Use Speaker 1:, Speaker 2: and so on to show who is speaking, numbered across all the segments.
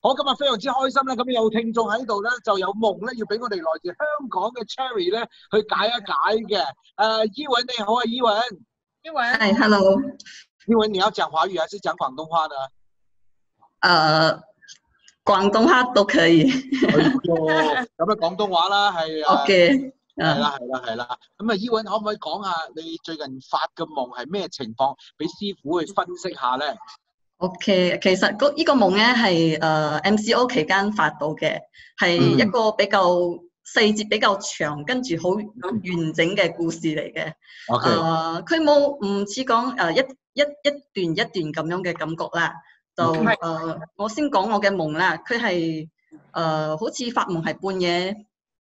Speaker 1: 好，今日非常之開心啦！咁有聽眾喺度咧，就有夢咧，要俾我哋來自香港嘅 Cherry 咧去解一解嘅。誒、伊文你好啊，伊文，
Speaker 2: 英
Speaker 3: À,
Speaker 2: 文
Speaker 4: 嗨，Hello，
Speaker 1: 伊文你要講華語還是講廣東話呢？
Speaker 4: 呃，廣東話都可以
Speaker 1: 哎呦咁啊廣東話啦，係啊，
Speaker 4: ，OK，
Speaker 1: 係
Speaker 4: 嗯，
Speaker 1: 啦係啦係啦。咁啊，伊文可唔可以講下你最近發嘅夢係咩情況，俾師傅去分析下咧？
Speaker 4: OK，其實嗰依個夢咧係誒 MCO 期間發到嘅，係
Speaker 1: 嗯
Speaker 4: 一個比較細節比較長，跟住好完整嘅故事嚟嘅。
Speaker 1: OK，
Speaker 4: 誒，呃佢冇唔似講誒一一一段一段咁樣嘅感覺啦。就
Speaker 1: 嗯
Speaker 2: 係
Speaker 4: 誒、呃我先講我嘅夢啦。佢係誒好似發夢係半夜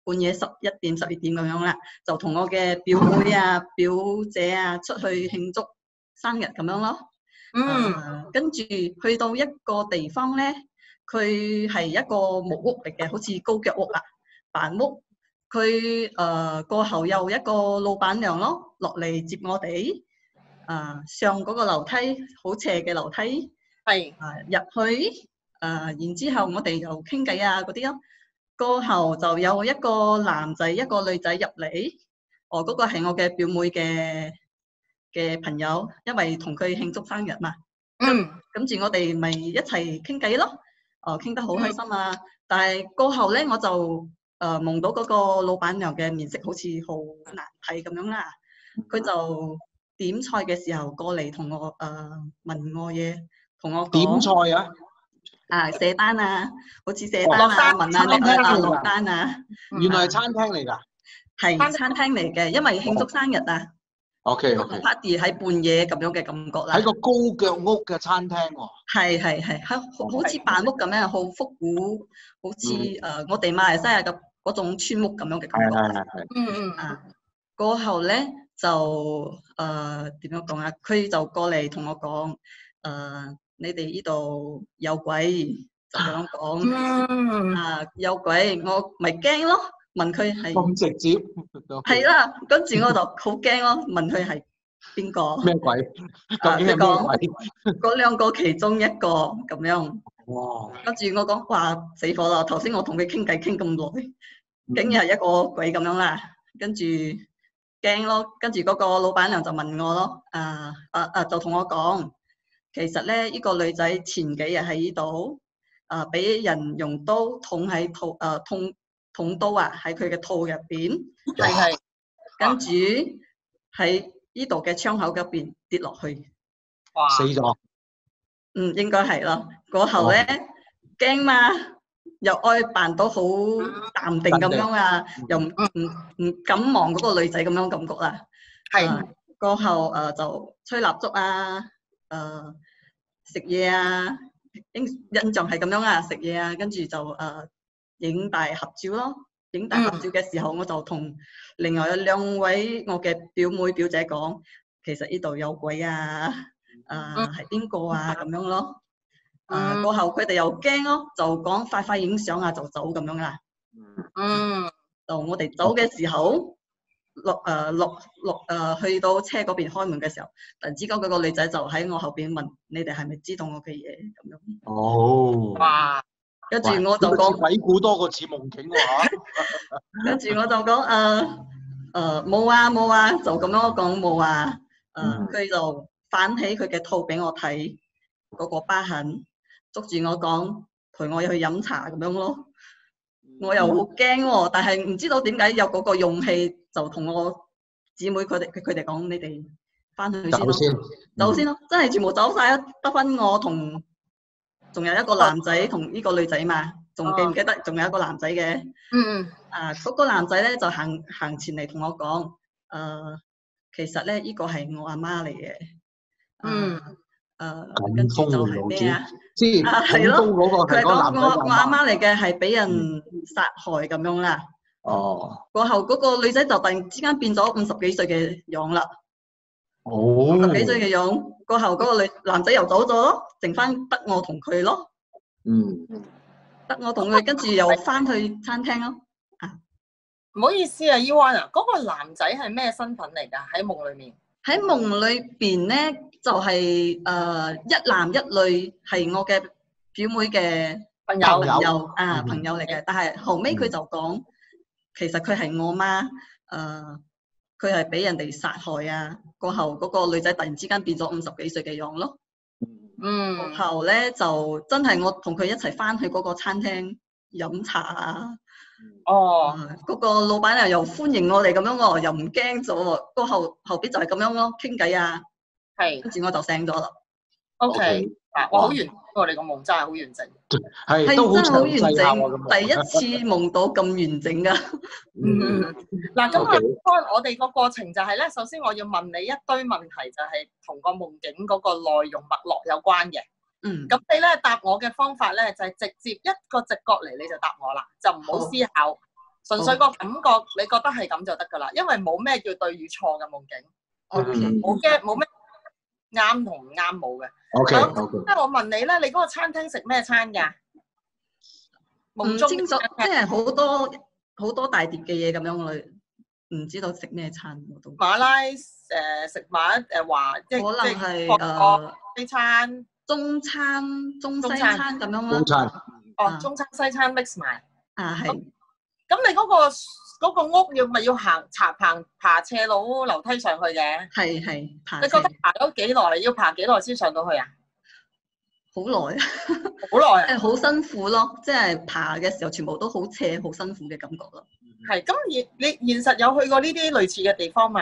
Speaker 4: 半夜十一點十二點咁樣啦，就同我嘅表妹啊、表姐啊出去慶祝生日咁樣咯。
Speaker 3: ờ.
Speaker 2: 嗯
Speaker 4: 呃跟住去到一個地方咧，佢係一個木屋嚟嘅，好似高腳屋啦，板屋。佢誒、呃、過後有一個老闆娘咯，落嚟接我哋。啊、上嗰個樓梯好斜嘅樓梯，
Speaker 2: 係
Speaker 4: 啊、入去，啊、然之後我哋又傾偈啊嗰啲咯。過後就有一個男仔一個女仔入嚟，哦，嗰、個係我嘅表妹嘅嘅朋友，因為同佢慶祝生日嘛。
Speaker 3: Ừ,
Speaker 2: 嗯
Speaker 4: 跟住我哋咪一齊傾偈咯，哦，傾得好
Speaker 1: 嗯
Speaker 4: 開心啊！但係過後咧，我就誒、呃、夢到嗰個老闆娘嘅面色好似好難睇咁樣啦。佢就點菜嘅時候過嚟同我誒、呃、問我嘢，同我
Speaker 1: 點
Speaker 4: 講
Speaker 1: 菜啊？
Speaker 4: 啊寫單啊，好似寫
Speaker 1: 哦
Speaker 4: 單
Speaker 2: 落
Speaker 4: 啊，
Speaker 2: 單
Speaker 4: 問啊你
Speaker 1: 餐廳
Speaker 4: 啊
Speaker 1: 嚟㗎
Speaker 4: 落單啊，
Speaker 2: 嗯
Speaker 1: 原來係餐廳嚟㗎。
Speaker 4: 係
Speaker 2: 餐
Speaker 4: 餐廳嚟嘅，因為慶祝生日啊
Speaker 1: OK
Speaker 4: 個
Speaker 1: OK，
Speaker 4: ，party 喺半夜咁樣嘅感覺啦
Speaker 1: 哦喺。個高腳屋嘅餐廳喎。
Speaker 4: 係係係，係好好似扮屋咁樣，好復古，好似誒、呃我哋馬來西亞嘅嗰種村屋咁樣嘅感覺。
Speaker 1: 嗯係係。
Speaker 3: ừ,
Speaker 2: 嗯
Speaker 3: À,
Speaker 2: 嗯
Speaker 4: 啊，過後咧就誒點、樣講啊？佢就過嚟同我講誒、呃你哋呢度有鬼，就咁樣
Speaker 2: Ừ,
Speaker 4: 講
Speaker 2: 嗯
Speaker 4: 啊，有鬼，我咪驚咯，問佢係
Speaker 1: 咁直接。啊
Speaker 4: 係啦，跟住我就好驚咯，問佢係邊個？啊
Speaker 1: 咩鬼？ 究竟係咩鬼？
Speaker 4: 嗰兩個其中一個咁樣。
Speaker 1: 哇！
Speaker 4: 跟住我講話死火啦！頭先我同佢傾偈傾咁耐，竟然係一個鬼咁樣啦。跟住驚咯，跟住嗰個老闆娘就問我咯，啊啊啊，就同我講，其實咧呢、呢個女仔前幾日喺呢度，啊俾人用刀捅喺肚，啊捅捅刀啊喺佢嘅肚入邊，
Speaker 2: 係
Speaker 3: Dạ.
Speaker 2: 係
Speaker 4: 跟住喺呢度嘅窗口入邊跌落去。
Speaker 2: 哇
Speaker 1: 死咗。
Speaker 4: 嗯，應該係咯。過後咧驚嘛，又愛扮到好淡定咁樣啊，又唔唔唔敢望嗰個女仔咁樣感覺啦。
Speaker 2: 係
Speaker 4: 啊
Speaker 3: ờ,
Speaker 4: 過後誒、呃就吹蠟燭啊，誒食嘢啊，印印象係咁樣啊，食嘢啊，跟住就誒影、大合照咯。影大合照嘅時候，我就同另外有兩位我嘅表妹表姐講，其實呢度有鬼啊，
Speaker 2: 嗯
Speaker 4: 誒係邊個啊咁樣咯。誒、
Speaker 3: à,
Speaker 2: 嗯
Speaker 4: 啊過後佢哋又驚咯，就講快快影相啊，就走咁樣啦。
Speaker 2: ừ,
Speaker 3: Ừ.
Speaker 2: 嗯
Speaker 4: 就我哋走嘅時候，落誒落落誒去到車嗰邊開門嘅時候，突然之間嗰個女仔就喺我後邊問：你哋係咪知道我嘅嘢咁樣？
Speaker 1: 哦。
Speaker 2: 哇
Speaker 4: 跟住我就
Speaker 3: 啊
Speaker 1: 哇
Speaker 4: 講，
Speaker 1: 鬼故多過似夢境喎嚇。
Speaker 4: 跟住我就講誒誒冇啊冇啊，就咁樣講冇啊。誒、
Speaker 1: 嗯
Speaker 4: 佢就反起佢嘅肚俾我睇嗰、個疤痕，捉住我講陪我去飲茶咁樣咯。
Speaker 1: 嗯
Speaker 4: 我又好驚喎，但係唔知道點解有嗰個勇氣，就同我姊妹佢哋佢佢哋講，你哋翻去先
Speaker 1: 走
Speaker 4: 咯，
Speaker 1: 先，嗯
Speaker 4: 走先咯，真係全部走晒，得翻我同，仲有一個男仔同呢個女仔嘛，仲
Speaker 1: 哦
Speaker 4: 記唔記得？仲有一個男仔嘅，
Speaker 3: Ừ,
Speaker 2: 嗯嗯
Speaker 4: 啊嗰、個男仔咧就行行前嚟同我講，誒、其實咧呢個係我阿媽嚟嘅，
Speaker 3: À.
Speaker 2: 嗯
Speaker 4: 啊，誒、
Speaker 1: 咁
Speaker 4: 跟住就
Speaker 1: 風
Speaker 4: 係
Speaker 1: 流
Speaker 4: 咩啊？
Speaker 1: 先。
Speaker 4: 啊係咯
Speaker 1: 廣東嗰個係
Speaker 4: 佢係
Speaker 1: 嗰個
Speaker 4: 講
Speaker 1: 男
Speaker 4: 我
Speaker 1: 仔嗯
Speaker 4: 我阿媽嚟嘅係俾人殺害咁樣啦。
Speaker 1: 哦。
Speaker 4: 過後嗰個女仔就突然之間變咗五十幾歲嘅樣啦，
Speaker 1: 哦。
Speaker 4: 五十幾歲嘅樣。過後嗰個女男仔又走咗咯，剩翻得我同佢咯，
Speaker 1: 嗯。
Speaker 4: 得我同佢，跟住又翻去餐廳咯。
Speaker 2: 唔好意思啊 e w a n 啊，嗰個男仔係咩身份嚟㗎？喺夢裏面
Speaker 4: 喺夢裏邊呃咧，就係、誒、一男一女係我嘅表妹嘅
Speaker 3: 朋
Speaker 2: 朋友
Speaker 3: 友
Speaker 4: 友啊
Speaker 3: 嗯
Speaker 4: 朋友嚟嘅，但係後尾佢就講，其實佢係我媽，誒佢係俾人哋殺害啊，過後嗰個女仔突然之間變咗五十幾歲嘅樣咯，
Speaker 2: 嗯
Speaker 4: 過
Speaker 3: Ờ.
Speaker 4: 後咧就真係我同佢一齊翻去嗰個餐廳飲茶啊，
Speaker 2: 哦，
Speaker 4: 啊嗰個老闆又又歡迎我哋咁樣喎，又唔驚咗喎，過後後邊就係咁樣咯，傾偈啊，
Speaker 2: 係
Speaker 4: 跟住我就醒咗啦。
Speaker 2: O K，
Speaker 3: Dạ. ，OK，Ờ.
Speaker 2: 嗱，我好完，我哋個夢真係好完整。
Speaker 3: 係
Speaker 4: 係
Speaker 3: 都好
Speaker 4: 真係好
Speaker 3: 詳細下喎咁啊
Speaker 4: 完整，第一次夢到咁完整啊噶。
Speaker 3: 嗯
Speaker 2: 嗱，咁
Speaker 3: Ừ, OK
Speaker 2: 啊，我哋個過程就係咧，首先我要問你一堆問題，就係同個夢境嗰個內容脈絡有關嘅。
Speaker 4: 嗯，
Speaker 2: 咁你咧答我嘅方法咧，就係直接一個直覺嚟你就答我啦，就唔好思考，純粹個感覺你覺得係咁就得噶啦，因為冇咩叫對與錯嘅夢境，
Speaker 4: O K，
Speaker 3: 嗯
Speaker 2: 冇嘅冇咩啱同唔啱冇嘅。
Speaker 3: ，OK
Speaker 2: 咁
Speaker 3: OK，
Speaker 2: 即係我問你咧，你嗰個餐廳食咩餐㗎？
Speaker 4: 唔
Speaker 2: 夢中
Speaker 4: 嗯清楚，
Speaker 2: 嘅
Speaker 4: 即
Speaker 2: 餐廳
Speaker 4: 係好多好多大碟嘅嘢咁樣，我唔知道食咩餐我都。
Speaker 2: 馬拉誒食馬誒華，即
Speaker 4: 可
Speaker 2: 係
Speaker 4: 能
Speaker 2: 即係
Speaker 4: 係呃
Speaker 2: 國國
Speaker 4: 誒
Speaker 2: 西餐，
Speaker 4: 中餐、中西
Speaker 2: 中餐
Speaker 4: 餐咁樣
Speaker 3: 早
Speaker 4: 啦。
Speaker 3: 餐
Speaker 2: 哦
Speaker 4: 啊
Speaker 2: 中餐西餐 mix 埋。
Speaker 4: 啊，係
Speaker 2: 咁你嗰個嗰個屋要咪要行爬行爬斜路樓梯上去嘅？
Speaker 4: 係啊係排
Speaker 2: 你覺得爬咗幾耐？要爬幾耐先上到去啊？
Speaker 4: 好耐，
Speaker 2: 好耐啊，
Speaker 4: 誒好辛苦咯，即係爬嘅時候全部都好斜、好辛苦嘅感覺咯。
Speaker 2: 係咁現你現實有去過呢啲類似嘅地方嘛？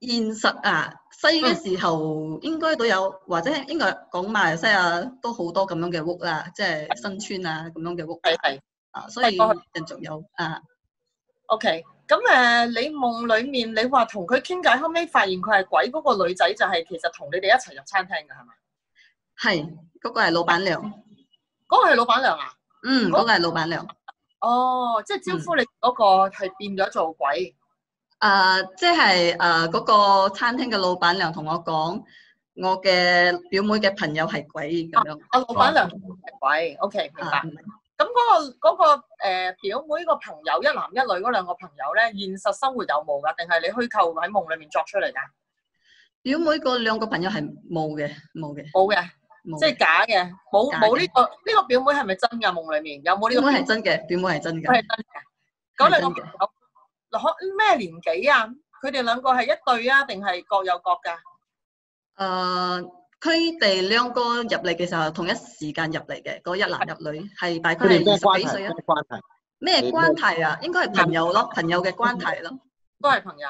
Speaker 4: 現實啊，西
Speaker 2: 嗯
Speaker 4: 嘅時候應該都有，或者應該講馬來西亞都好多咁樣嘅屋啦，即係新村啊咁樣嘅屋。
Speaker 2: 係係
Speaker 4: 啊，所以
Speaker 2: 過去
Speaker 4: 人仲有啊，
Speaker 2: ，OK。咁誒、呃你夢裡面你話同佢傾偈，後尾發現佢係鬼嗰、個女仔，就係、其實同你哋一齊入餐廳㗎係嘛？
Speaker 4: 係嗰、個係老闆娘，
Speaker 2: 嗰、個係老闆娘啊？
Speaker 4: 嗯，
Speaker 2: 好
Speaker 4: 嗰、個係老闆娘。
Speaker 2: 哦，即係招呼你嗰個係變咗做鬼。
Speaker 4: 啊，即係啊嗰個餐廳嘅老闆娘同我講，我嘅表妹嘅朋友係鬼咁樣
Speaker 2: 啊，老闆娘係鬼，OK 明白
Speaker 4: 啊，。唔係
Speaker 2: 咁嗰、個嗰、個、呃、表妹個朋友，一男一女嗰兩個朋友咧，現實生活有冇㗎？定係你虛構喺夢裡面作出嚟㗎？
Speaker 4: 表妹嗰兩個朋友係冇嘅，冇嘅，
Speaker 2: 冇嘅。
Speaker 4: 冇
Speaker 2: 即
Speaker 4: 嘅。
Speaker 2: 係假嘅，冇
Speaker 4: 假嘅
Speaker 2: 冇呢個呢個表妹係咪真㗎？夢裡面有冇呢
Speaker 4: 表
Speaker 2: 個
Speaker 4: 妹
Speaker 2: 表
Speaker 4: 係真嘅，表妹係真
Speaker 2: 妹
Speaker 4: 嘅，
Speaker 2: 係真嘅？嗰兩個
Speaker 4: 係真嘅
Speaker 2: 朋友可咩年紀啊？佢哋兩個係一對啊，定係各有各㗎？
Speaker 4: 誒，呃佢哋兩個入嚟嘅時候，同一時間入嚟嘅，嗰一男一女係大概
Speaker 3: 佢哋
Speaker 4: 係
Speaker 3: 咩
Speaker 4: 二
Speaker 3: 關
Speaker 4: 十幾
Speaker 3: 係？
Speaker 4: 歲
Speaker 3: 咩
Speaker 4: 啊？
Speaker 3: 關係？
Speaker 4: 咩
Speaker 3: 你咩
Speaker 4: 關係啊？應該係朋友咯，朋友嘅關係咯。
Speaker 2: 都係朋友。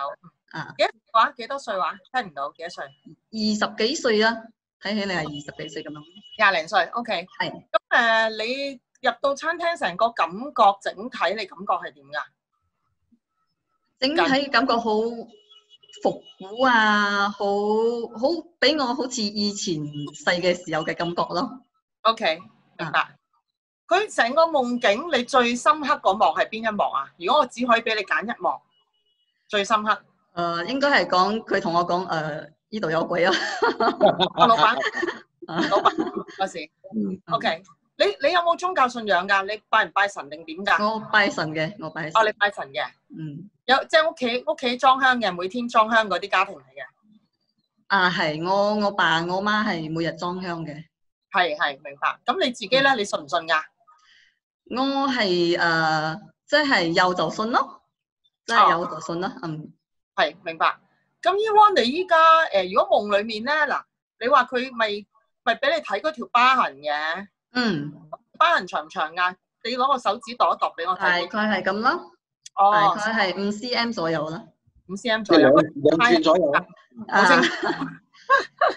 Speaker 4: 啊，
Speaker 2: 幾多歲話？幾多歲話？聽唔到幾多歲？
Speaker 4: 二十幾歲啊，睇起你係二十幾歲咁樣。
Speaker 2: 廿零歲。OK。
Speaker 4: 係
Speaker 2: 咁誒、你入到餐廳成個感覺整體，你感覺係點㗎？
Speaker 4: 整體感覺好復古啊，好好俾我好似以前細嘅時候嘅感覺咯。
Speaker 2: O K，明
Speaker 4: 啊
Speaker 2: 白。佢成個夢境，你最深刻嗰幕係邊一幕啊？如果我只可以俾你揀一幕，最深刻，
Speaker 4: 誒、呃，應該係講佢同我講誒，呢度 有鬼啊！
Speaker 2: 個老闆
Speaker 4: 啊
Speaker 2: 老闆嗰時
Speaker 3: 嗯
Speaker 2: ，O K。你你有冇宗教信仰㗎？你拜唔拜神定點㗎？
Speaker 4: 我拜神嘅，我拜神
Speaker 2: 哦，。你拜神嘅，
Speaker 4: 嗯，
Speaker 2: 有即係屋企屋企裝香嘅，每天裝香嗰啲家庭嚟嘅，
Speaker 4: 啊係，我我爸我媽係每日裝香嘅。
Speaker 2: 係係明白。咁你自己
Speaker 4: 嗯
Speaker 2: 咧，你信唔信㗎？
Speaker 4: 我係誒、呃即係有就信
Speaker 2: 哦
Speaker 4: 咯，即係有就信啦。嗯，
Speaker 2: 係明白。咁 Ewan 你依家誒，如果夢裡面咧嗱，你話佢咪咪俾你睇嗰條疤痕嘅，
Speaker 4: 嗯，
Speaker 2: 疤痕長唔長㗎？你攞個手指度一度俾我
Speaker 4: 大概
Speaker 2: 睇。
Speaker 4: 係咁啦，大
Speaker 2: 哦，
Speaker 4: 概係五 cm 左右啦。
Speaker 2: 五 cm
Speaker 3: 即
Speaker 2: 左
Speaker 3: 係
Speaker 2: 右
Speaker 3: 兩。兩寸左右。
Speaker 2: 好清
Speaker 4: 啊
Speaker 2: 楚。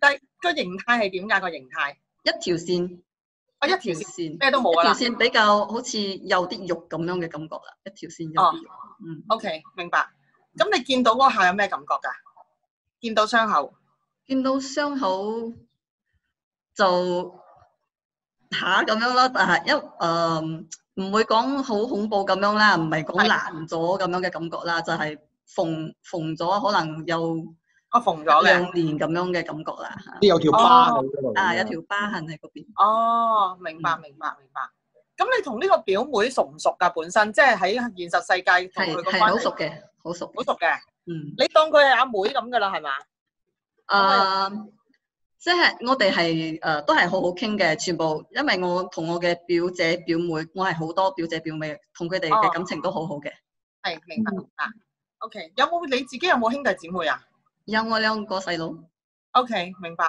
Speaker 2: 但係個形態係點㗎？個形態，啊
Speaker 4: 一條線，
Speaker 2: 我一條線
Speaker 4: 線，
Speaker 2: 咩都冇
Speaker 4: 一
Speaker 2: 㗎
Speaker 4: 條
Speaker 2: 啦。
Speaker 4: 線比較好似有啲肉咁樣嘅感覺啦，一條線有
Speaker 2: 哦
Speaker 4: 啲肉，嗯，
Speaker 2: OK，明白。咁你見到嗰下有咩感覺㗎？見到傷口，
Speaker 4: 見到傷口就下咁樣啦，但係一誒唔會講好恐怖咁樣啦，唔係講
Speaker 2: 係
Speaker 4: 爛咗咁樣嘅感覺啦，就係縫縫咗可能有
Speaker 2: 我哦縫咗
Speaker 4: 兩
Speaker 2: 嘅。
Speaker 4: 年咁樣嘅感覺啦，
Speaker 3: 啲有條疤喺嗰度
Speaker 4: 啊有條疤痕喺嗰邊，
Speaker 2: 哦，明
Speaker 4: 嗯
Speaker 2: 白，明白，明白。咁你同呢個表妹熟唔熟㗎？本身即係喺現實世界同佢
Speaker 4: 係
Speaker 2: 個
Speaker 4: 係
Speaker 2: 關
Speaker 4: 好
Speaker 2: 係
Speaker 4: 熟嘅，好熟嘅，
Speaker 2: 好熟嘅。
Speaker 4: 嗯。
Speaker 2: 你當佢係阿妹咁㗎啦，係嘛？
Speaker 4: 誒，嗯啊即係我哋係誒都係好好傾嘅，全部因為我同我嘅表姐表妹，我係好多表姐表妹，同佢哋
Speaker 2: 哦
Speaker 4: 嘅感情都好好嘅。
Speaker 2: 係明白明白。OK，有冇你自己有冇兄弟姊妹啊
Speaker 4: 有我兩個細佬，
Speaker 2: ？OK，明白。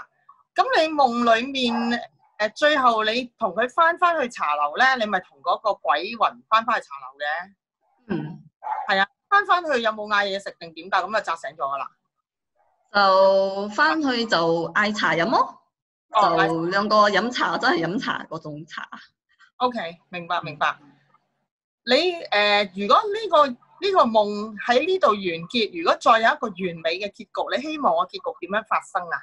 Speaker 2: 咁你夢里面誒、呃最後你同佢翻翻去茶樓咧，你咪同嗰個鬼魂翻翻去茶樓嘅，
Speaker 4: 嗯，
Speaker 2: 翻翻去有冇嗌嘢食定點㗎？咁就扎醒咗噶啦。
Speaker 4: 嗯就翻去就嗌茶飲咯，
Speaker 2: 哦嗌
Speaker 4: 就兩個飲茶，真係飲茶嗰種茶。
Speaker 2: OK，明白明白。你誒、呃如果呢、個呢、個夢喺呢度完結，如果再有一個完美嘅結局，你希望個結局點樣發生啊？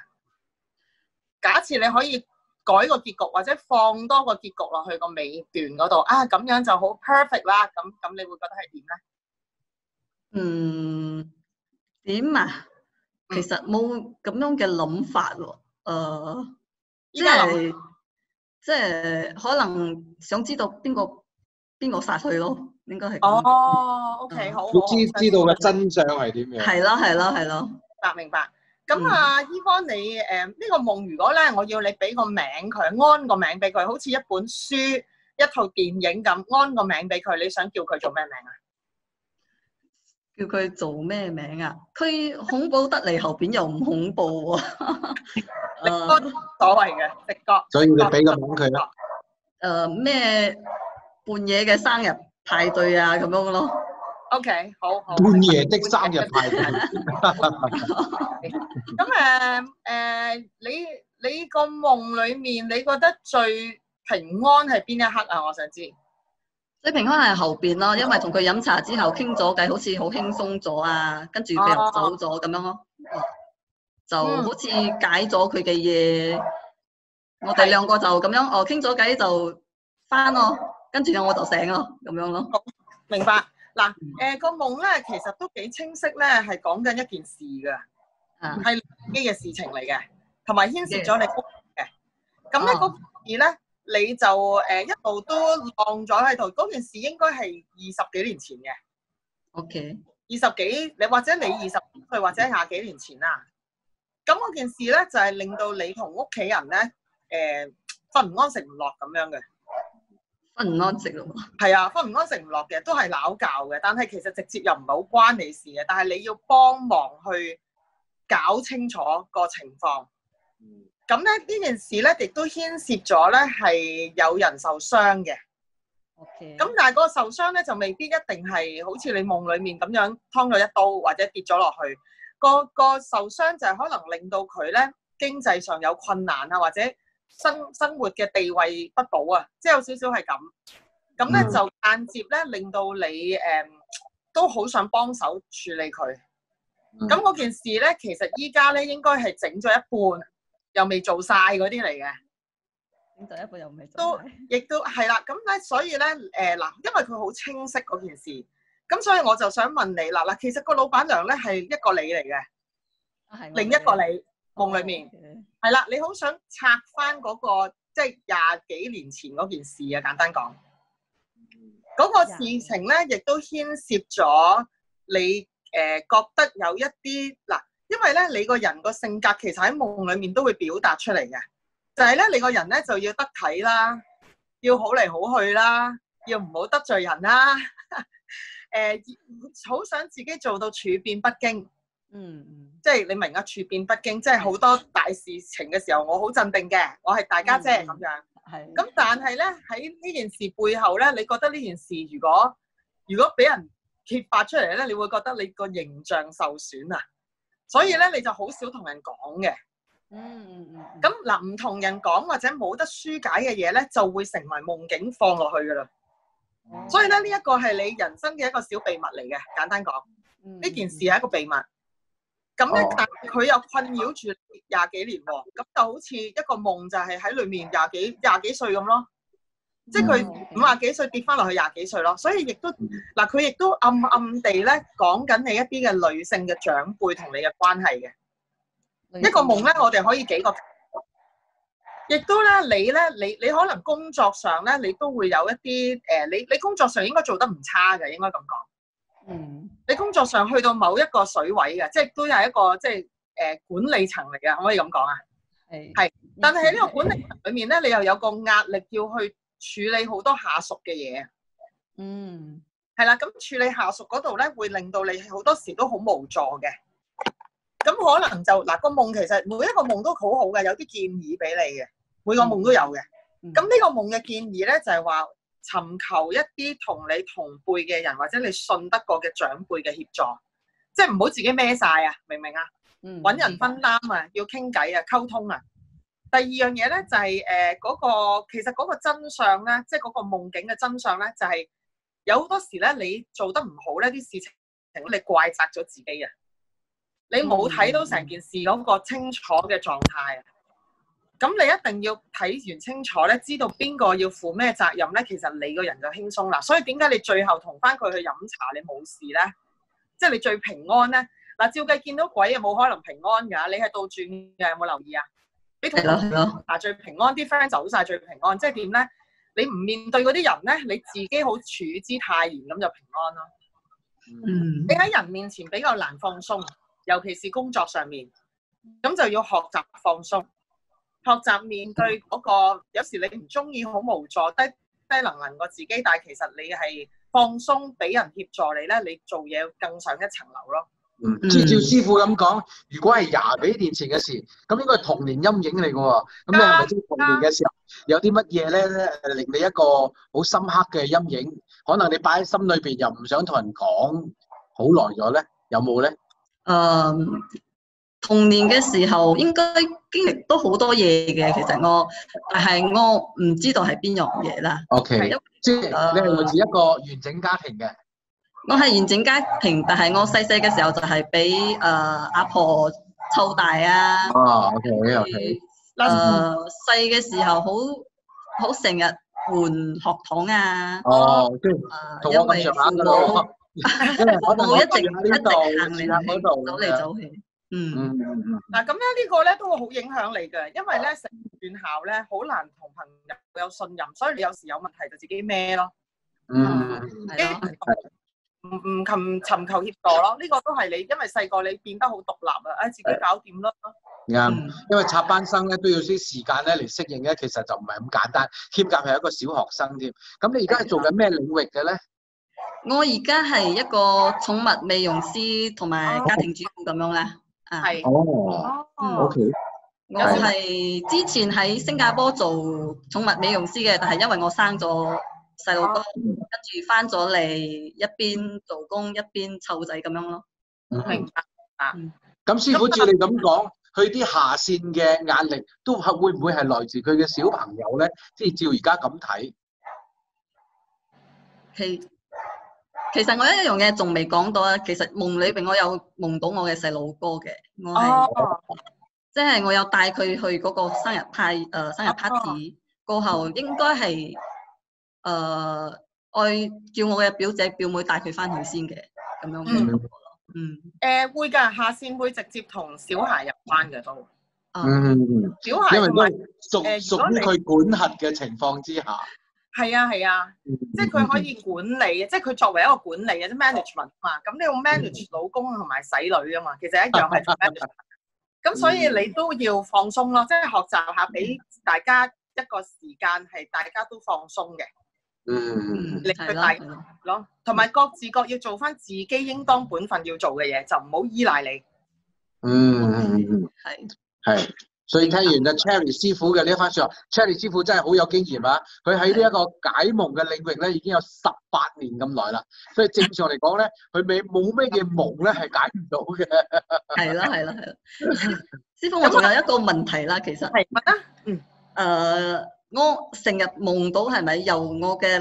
Speaker 2: 假設你可以改個結局，或者放多個結局落去個尾段嗰度啊，咁樣就好 perfect 啦。咁咁，你會覺得係點咧？
Speaker 4: 嗯，點啊？
Speaker 2: 嗯
Speaker 4: 其實冇咁樣嘅諗法喎，呃誒，
Speaker 2: 依
Speaker 4: 即
Speaker 2: 家諗
Speaker 4: 係即係可能想知道邊個邊個殺佢咯，應該係咁。
Speaker 2: 哦，OK，
Speaker 4: 嗯
Speaker 2: 好，
Speaker 3: 佢
Speaker 2: 好
Speaker 3: 知
Speaker 2: 好
Speaker 3: 知道嘅真相係點樣。
Speaker 4: 係咯係咯係咯，
Speaker 2: 明白明白。
Speaker 3: 嗯
Speaker 2: 咁啊，依方你呃誒呢個夢，如果咧我要你俾個名佢，安個名俾佢，好似一本書、一套電影咁，安個名俾佢，你想叫佢做咩名啊？
Speaker 4: 叫佢做咩名啊？佢恐怖得嚟後邊又唔恐怖喎、 呃
Speaker 2: 多
Speaker 4: 誒
Speaker 2: 所謂嘅直覺。
Speaker 3: 所以啊你俾個名佢啦。
Speaker 4: 誒呃咩半夜嘅生日派對啊咁樣咯，
Speaker 2: O K，好好。
Speaker 3: 半夜的生日派對
Speaker 2: 咁誒誒，你你個夢裡面，你覺得最平安係邊一刻啊？我想知。
Speaker 4: 所以平安係後邊咯，因為同佢飲茶之後傾咗偈，好似好輕鬆咗啊，跟住佢
Speaker 2: 哦
Speaker 4: 又走咗咁樣咯，哦就
Speaker 2: 嗯
Speaker 4: 好似解咗佢嘅嘢。我哋兩個就咁樣哦，傾咗偈就翻咯，跟住我就醒咯，咁樣咯。
Speaker 2: 明白嗱，誒個夢咧，其實都幾清晰咧，係講緊一件事㗎，
Speaker 4: 啊
Speaker 2: 係呢嘅事情嚟嘅，同埋牽涉咗你屋企嘅。咁咧
Speaker 4: 哦
Speaker 2: 嗰件事咧，你就誒、一路都晾咗喺度。嗰件事應該係二十幾年前嘅，
Speaker 4: OK，
Speaker 2: 二十幾你或者你二十歲或者廿幾年前啦。咁嗰件事咧就係、令到你同屋企人咧誒瞓唔安食唔落咁樣嘅。
Speaker 4: 瞓唔安息咯。
Speaker 2: 係啊，分唔安食唔落嘅，都係鬧教嘅。但係其實直接又唔係好關你事嘅，但係你要幫忙去搞清楚個情況。咁咧呢件事咧，亦都牽涉咗咧係有人受傷嘅。
Speaker 4: OK，
Speaker 2: 咁但係嗰個受傷咧就未必一定係好似你夢裡面咁樣劏咗一刀或者跌咗落去。個個受傷就係可能令到佢咧經濟上有困難啊，或者生生活嘅地位不保啊，即係有少少係咁。咁咧
Speaker 3: 嗯
Speaker 2: 就間接咧令到你誒、嗯都好想幫手處理佢。
Speaker 3: 嗯
Speaker 2: 咁嗰、件事咧，其實依家咧應該係整咗一半，又未做晒嗰啲嚟嘅。
Speaker 4: 咁就一步又未做
Speaker 2: 都
Speaker 4: 晒。
Speaker 2: 亦都係啦，咁咧，所以咧，誒、嗱，因為佢好清晰嗰件事，咁所以我就想問你啦，嗱，其實個老闆娘咧係一個你嚟嘅，
Speaker 4: 啊係我
Speaker 2: 另一
Speaker 4: 哋
Speaker 2: 個你夢裏面係啦，你好想拆翻嗰、個即係廿幾年前嗰件事啊，簡單講，嗰、個事情咧亦都牽涉咗你誒、覺得有一啲嗱，因為咧你個人個性格其實喺夢裏面都會表達出嚟嘅，就係、咧你個人咧就要得體啦，要好嚟好去啦，要唔好得罪人啦，誒、 好想自己做到處變不驚。
Speaker 4: 嗯嗯
Speaker 2: 即係你明啊，處變不驚，即係好多大事情嘅時候，我好鎮定嘅，我係大家姐
Speaker 4: 嗯
Speaker 2: 咁樣。
Speaker 4: 係。
Speaker 2: 咁但係咧喺呢件事背後咧，你覺得呢件事如果如果俾人揭發出嚟咧，你會覺得你個形象受損啊，所以咧你就好少同人講嘅。
Speaker 4: 嗯嗯嗯
Speaker 2: 咁嗱，唔同人講或者冇得疏解嘅嘢咧，就會成為夢境放落去噶啦。
Speaker 4: 咁
Speaker 2: 所以咧呢一個係你人生嘅一個小秘密嚟嘅，簡單講。
Speaker 4: 嗯
Speaker 2: 呢件
Speaker 4: 啊
Speaker 2: 事係一個秘密。咁咧
Speaker 3: 哦，
Speaker 2: 但係佢又困擾住你廿幾年喎，咁就好似一個夢，就係喺裏面廿幾廿幾歲咁咯。即係佢
Speaker 4: 嗯
Speaker 2: 五廿幾歲跌翻落去廿幾歲咯，所以亦都嗱，佢亦都暗暗地咧講緊你一啲嘅女性嘅長輩同你嘅關係嘅。
Speaker 4: 嗯
Speaker 2: 一個夢咧，我哋可以幾個，亦都咧你咧你你可能工作上咧，你都會有一啲誒、呃你你工作上應該做得唔差嘅，應該咁講。
Speaker 4: 嗯
Speaker 2: 你工作上去到某一個水位嘅，即係都係一個即係誒、呃管理層嚟嘅，可唔可以咁講啊？
Speaker 4: 係
Speaker 2: 係但係喺呢個管理層裏面咧，你又有個壓力要去處理好多下屬嘅嘢，
Speaker 4: 嗯
Speaker 2: 係啦。咁處理下屬嗰度咧，會令到你好多時都好無助嘅。咁可能就嗱個夢其實每一個夢都好好嘅，有啲建議俾你嘅，每個夢都有嘅。
Speaker 4: 嗯
Speaker 2: 咁呢個夢嘅建議咧，就係話尋求一啲同你同輩嘅人，或者你信得過嘅長輩嘅協助，即係唔好自己孭晒啊，明唔明啊？
Speaker 4: 嗯
Speaker 2: 揾人分擔啊，要傾偈啊，溝通啊。第二樣嘢咧就係誒嗰個，其實嗰個真相咧，即係嗰個夢境嘅真相咧，就係、有好多時咧，你做得唔好咧，啲事情你怪責咗自己啊，你冇睇到成件事嗰個清楚嘅狀態啊。咁你一定要睇完清楚咧，知道邊個要負咩責任咧，其實你個人就輕鬆啦。所以點解你最後同翻佢去飲茶，你冇事咧？即係你最平安咧？嗱，照計見到鬼啊，冇可能平安㗎。你係倒轉嘅，有冇留意啊？你同
Speaker 4: 係咯係咯，
Speaker 2: 啊最平安，啲 friend 走晒最平安，即係點咧？你唔面對嗰啲人咧，你自己好處之泰然咁就平安咯。
Speaker 4: 嗯
Speaker 2: 你喺人面前比較難放鬆，尤其是工作上面，咁就要學習放鬆，學習面對嗰、個有時你唔中意好無助，低低能能過自己，但係其實你係放鬆，俾人協助你咧，你做嘢更上一層樓咯。
Speaker 3: 嗯即係照師傅咁講，如果係廿幾年前嘅事，咁應該係童年陰影嚟嘅喎。咁你係咪即係童年嘅時候有啲乜嘢咧，誒令你一個好深刻嘅陰影？可能你擺喺心裏邊又唔想同人講，好耐咗咧，有冇咧？
Speaker 4: 誒嗯童年嘅時候應該經歷都好多嘢嘅，其實我但係我唔知道係邊樣嘢啦。
Speaker 3: O K，
Speaker 4: 係因
Speaker 3: 即係你係來自一個完整家庭嘅，
Speaker 4: 我係完整家庭，但係我細細嘅時候就係俾誒阿婆湊大啊。
Speaker 3: 哦，O K
Speaker 4: 誒
Speaker 3: O K，
Speaker 2: 嗱
Speaker 4: 嗯細嘅時候好好成日換學堂啊。
Speaker 3: 哦，即係
Speaker 4: 誒
Speaker 3: 同
Speaker 4: 因
Speaker 3: 我咁
Speaker 4: 為
Speaker 3: 上下
Speaker 4: 父
Speaker 3: 嘅
Speaker 4: 母
Speaker 3: 咯，因為可能
Speaker 4: 我
Speaker 3: 我
Speaker 4: 一
Speaker 3: 住
Speaker 4: 直一直行
Speaker 3: 喺呢
Speaker 4: 嚟
Speaker 3: 度，住喺嗰度，
Speaker 4: 嚟去，走嚟走去。嗯，
Speaker 3: 嗯，嗯嗯嗯，
Speaker 2: 嗱咁咧呢個咧都會好影響你嘅，因為咧成段校咧好難同朋友有信任，所以你有時有問題就自己孭咯，
Speaker 3: 嗯嗯。
Speaker 2: 自己
Speaker 4: 係咯，
Speaker 2: 唔唔尋尋求協助咯。呢、個都係你因為細個你變得好獨立啊，唉自己搞掂啦。
Speaker 3: 啱，
Speaker 4: 嗯
Speaker 3: 因為插班生咧都要啲時間咧嚟適應咧，其實就唔係咁簡單。兼夾係一個小學生添，咁你而家係做緊咩領域嘅咧？
Speaker 4: 我而家係一個寵物美容師同埋家庭主婦咁樣啦。啊，
Speaker 2: 哦係
Speaker 3: 哦
Speaker 2: 哦，
Speaker 4: 嗯
Speaker 3: ，OK，
Speaker 4: 我係之前喺新加坡做寵物美容師嘅，但係因為我生咗細路哥，
Speaker 2: 哦
Speaker 4: 跟住翻咗嚟一邊做工一邊湊仔咁樣咯。
Speaker 2: 明
Speaker 3: 嗯
Speaker 2: 白。
Speaker 3: 咁師傅照你咁講，佢啲下線嘅壓力都係會唔會係來自佢嘅小朋友咧？即係照而家咁睇，
Speaker 4: 其其實我有一樣嘢仲未講到啊，其實夢裏邊我有夢到我嘅細路哥嘅，我係
Speaker 2: 哦，
Speaker 4: 即係我有帶佢去嗰個生日派誒、呃生日
Speaker 2: 哦
Speaker 4: party 過後，應該係誒愛叫我嘅表姐表妹帶佢翻去先嘅咁樣嘅
Speaker 2: 嗯
Speaker 4: 感覺咯。嗯，
Speaker 2: 誒會㗎，下線會直接同小孩入關嘅都，
Speaker 4: 啊，
Speaker 3: 嗯，
Speaker 2: 小孩
Speaker 3: 因為
Speaker 2: 同
Speaker 3: 都
Speaker 2: 埋
Speaker 3: 係屬
Speaker 2: 誒如
Speaker 3: 屬
Speaker 2: 果你
Speaker 3: 於佢管轄嘅情況之下，
Speaker 2: 係啊係啊，即係佢可以管理，啊即係佢作為一個管理啊，即係 management 嘛。咁你要 manage 老公同埋仔女啊嘛，其實一樣係做 manage。咁所以你都要放鬆咯，即係學習下俾大家一個時間係大家都放鬆嘅
Speaker 3: 嗯，
Speaker 4: 嗯，
Speaker 2: 你
Speaker 4: 係
Speaker 2: 佢
Speaker 4: 咯
Speaker 2: 帶
Speaker 4: 係咯，
Speaker 2: 咯，同埋各自各要做翻自己應當本分要做嘅嘢，就唔好依賴你。
Speaker 3: 嗯嗯嗯嗯。
Speaker 4: 係
Speaker 3: 係，所以聽完阿 Cherry 師傅嘅呢一番説話，Cherry 師傅真係好有經驗啊！佢喺呢一個解夢嘅領域咧，已經有十八年咁耐啦。所以正常嚟講咧，佢未冇咩嘢夢咧係解唔到嘅。
Speaker 4: 係 啦係啦係啦。師傅，我
Speaker 2: 啊
Speaker 4: 仲有一個問題啦，其實。
Speaker 2: 係乜啊？
Speaker 4: 誒、我成日夢到係咪由我嘅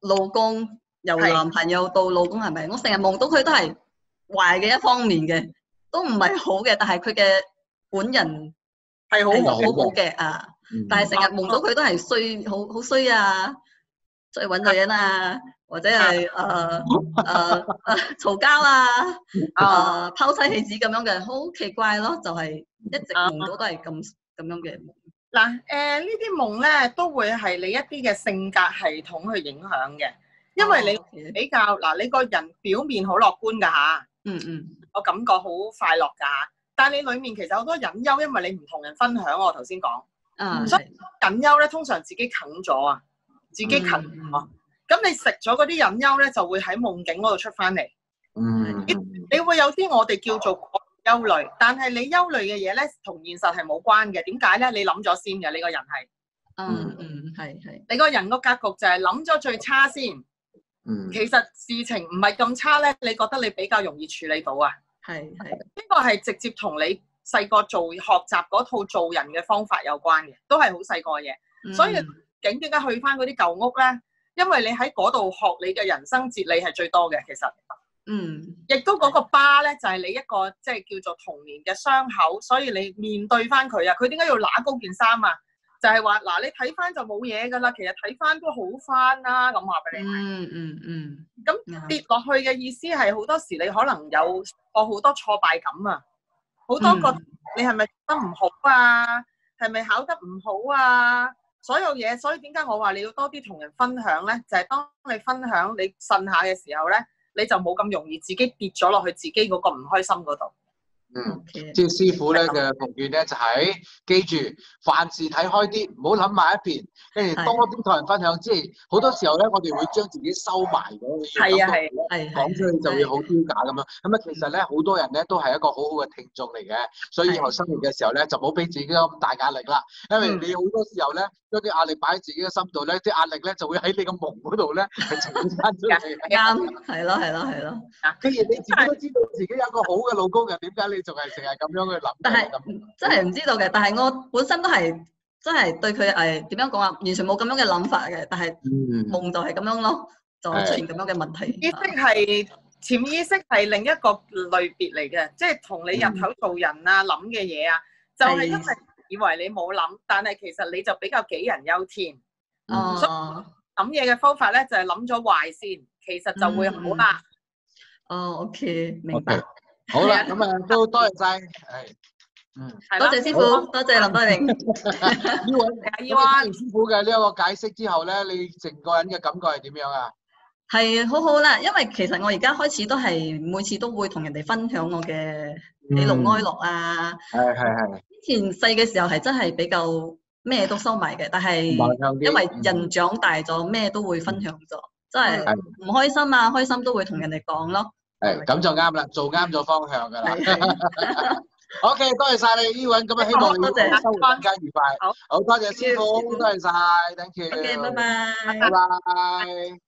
Speaker 4: 老公，由
Speaker 2: 係
Speaker 4: 男朋友到老公係咪？我成日夢到佢都係壞嘅一方面嘅，都唔係好嘅，但係佢嘅本人
Speaker 2: 係好
Speaker 4: 係
Speaker 3: 好嗯
Speaker 4: 好
Speaker 3: 嘅
Speaker 4: 好嘅啊！但係成日夢到佢都係衰，好好衰啊！出去揾女人啊，或者係誒誒誒嘈交啊，誒、
Speaker 2: 啊！
Speaker 4: 拋妻棄子咁樣嘅，好奇怪咯！就係、一直
Speaker 2: 啊
Speaker 4: 夢到都係咁咁樣嘅夢。
Speaker 2: 嗱，誒呢啲夢咧都會係你一啲嘅性格系統去影響嘅，因為
Speaker 4: 你
Speaker 2: 你比較嗱，你個人表面好樂觀㗎吓，
Speaker 4: 嗯嗯
Speaker 2: 我感覺好快樂㗎吓，但係你裡面其實好多隱憂，因為你唔同人分享。我頭先講
Speaker 4: 啊，
Speaker 2: 所隱憂咧，通常自己啃咗啊，自
Speaker 4: 嗯
Speaker 2: 己啊啃咗。咁、你食咗嗰啲隱憂咧，就會喺夢境嗰度出翻嚟。
Speaker 3: 嗯，
Speaker 2: 你會有啲我哋叫做憂慮，但係你憂慮嘅嘢咧，同現實係冇關嘅。點解咧？你諗咗先嘅，你個人係
Speaker 4: 嗯嗯，係係，
Speaker 2: 你個人個格局就係諗咗最差先。
Speaker 3: 嗯，
Speaker 2: 其實事情唔係咁差咧，你覺得你比較容易處理到啊？
Speaker 4: 係係，
Speaker 2: 呢個係直接同你細個做學習嗰套做人嘅方法有關嘅，都係好細個嘅嘢。
Speaker 4: 嗯
Speaker 2: 所以景點解去翻嗰啲舊屋咧？因為你喺嗰度學你嘅人生哲理係最多嘅，其實
Speaker 4: 嗯
Speaker 2: 亦都嗰個疤咧就係、你一個即係叫做童年嘅傷口，所以你面對翻佢啊。佢點解要揦高件衫啊？就係話嗱，你睇翻就冇嘢㗎啦，其實睇翻都好啊翻啦。咁話俾你聽。
Speaker 4: 嗯嗯嗯，
Speaker 2: 咁
Speaker 4: 啱
Speaker 2: 跌落去嘅意思係好多時你可能有我好多挫敗感啊，好多個
Speaker 4: 嗯
Speaker 2: 你係咪做得唔好啊？係咪考得唔好啊？所有嘢，所以點解我話你要多啲同人分享咧？就係、當你分享你呻下嘅時候咧，你就冇咁容易自己跌咗落去自己嗰個唔開心嗰度。
Speaker 3: 嗯。
Speaker 4: ，OK，
Speaker 3: 即係師傅咧嘅奉勸咧就係、記住凡事睇開啲，唔好諗埋一邊，跟住
Speaker 4: 係
Speaker 3: 多啲同人分享。即係好多時候咧，我哋會將自己收埋咗，
Speaker 2: 係啊係
Speaker 4: 係係嗯
Speaker 3: 講出去就會好丟架咁樣。咁啊，其實咧好多人咧都係一個好好嘅聽眾嚟嘅，所以以後生活嘅時候咧就唔好俾自己咁大壓力啦。因
Speaker 4: 嗯
Speaker 3: 為你好多時候咧將啲壓力擺喺自己嘅心度咧，啲壓力咧就會喺你個夢嗰度咧係呈現翻出嚟。
Speaker 4: 啱， 係咯係咯係咯。
Speaker 3: 既然你自己都知道自己有一個好嘅老公嘅，點解你仲係成日咁樣去諗
Speaker 4: 但
Speaker 3: 嘅
Speaker 4: 係
Speaker 3: 咁？
Speaker 4: 真係唔知道嘅，但係我本身都係真係對佢誒點樣講啊，完全冇咁樣嘅諗法嘅，但係
Speaker 3: 嗯
Speaker 4: 夢就係咁樣咯，就
Speaker 3: 係
Speaker 4: 出現咁樣嘅問題。
Speaker 2: 意識係潛意識係另一個類別嚟嘅，即係同你日頭做人啊諗嘅嘢啊，就係、因為
Speaker 4: 係
Speaker 2: 以為你冇諗，但係其實你就比較杞人憂天。
Speaker 3: 嗯
Speaker 4: 哦
Speaker 2: 諗嘢嘅方法咧，就係諗咗壞先，其實就會好啦。
Speaker 4: 哦，OK，明白。
Speaker 3: 好啦，咁啊都多謝晒，係，嗯，
Speaker 2: 係
Speaker 4: 多
Speaker 2: 啦
Speaker 4: 謝師傅，多謝林德榮。
Speaker 3: 呢位
Speaker 2: 係啊，
Speaker 3: 呢
Speaker 2: 要啊
Speaker 3: 位師傅嘅呢一個解釋之後咧，你成個人嘅感覺係點樣啊？
Speaker 4: 係好好啦，因為其實我而家開始都係每次都會同人哋分享我嘅喜怒哀樂啊。
Speaker 3: 嗯係係
Speaker 4: 之前細嘅時候係真係比較咩都收埋嘅，但
Speaker 3: 係，
Speaker 4: 係
Speaker 3: 慢向啲，
Speaker 4: 嗯因為人長大咗，咩都會分享咗，真係
Speaker 3: 係
Speaker 4: 唔開心啊，開心都會同人哋講咯。
Speaker 3: 係咁就啱啦，做啱咗方向㗎啦。
Speaker 4: 係
Speaker 3: OK，多謝晒你，依韻，咁啊，希望你
Speaker 4: 好多謝
Speaker 3: 生活更加愉快
Speaker 2: 好。
Speaker 3: 好多謝師傅，多謝晒，thank you。
Speaker 4: OK，拜拜。
Speaker 3: 拜拜。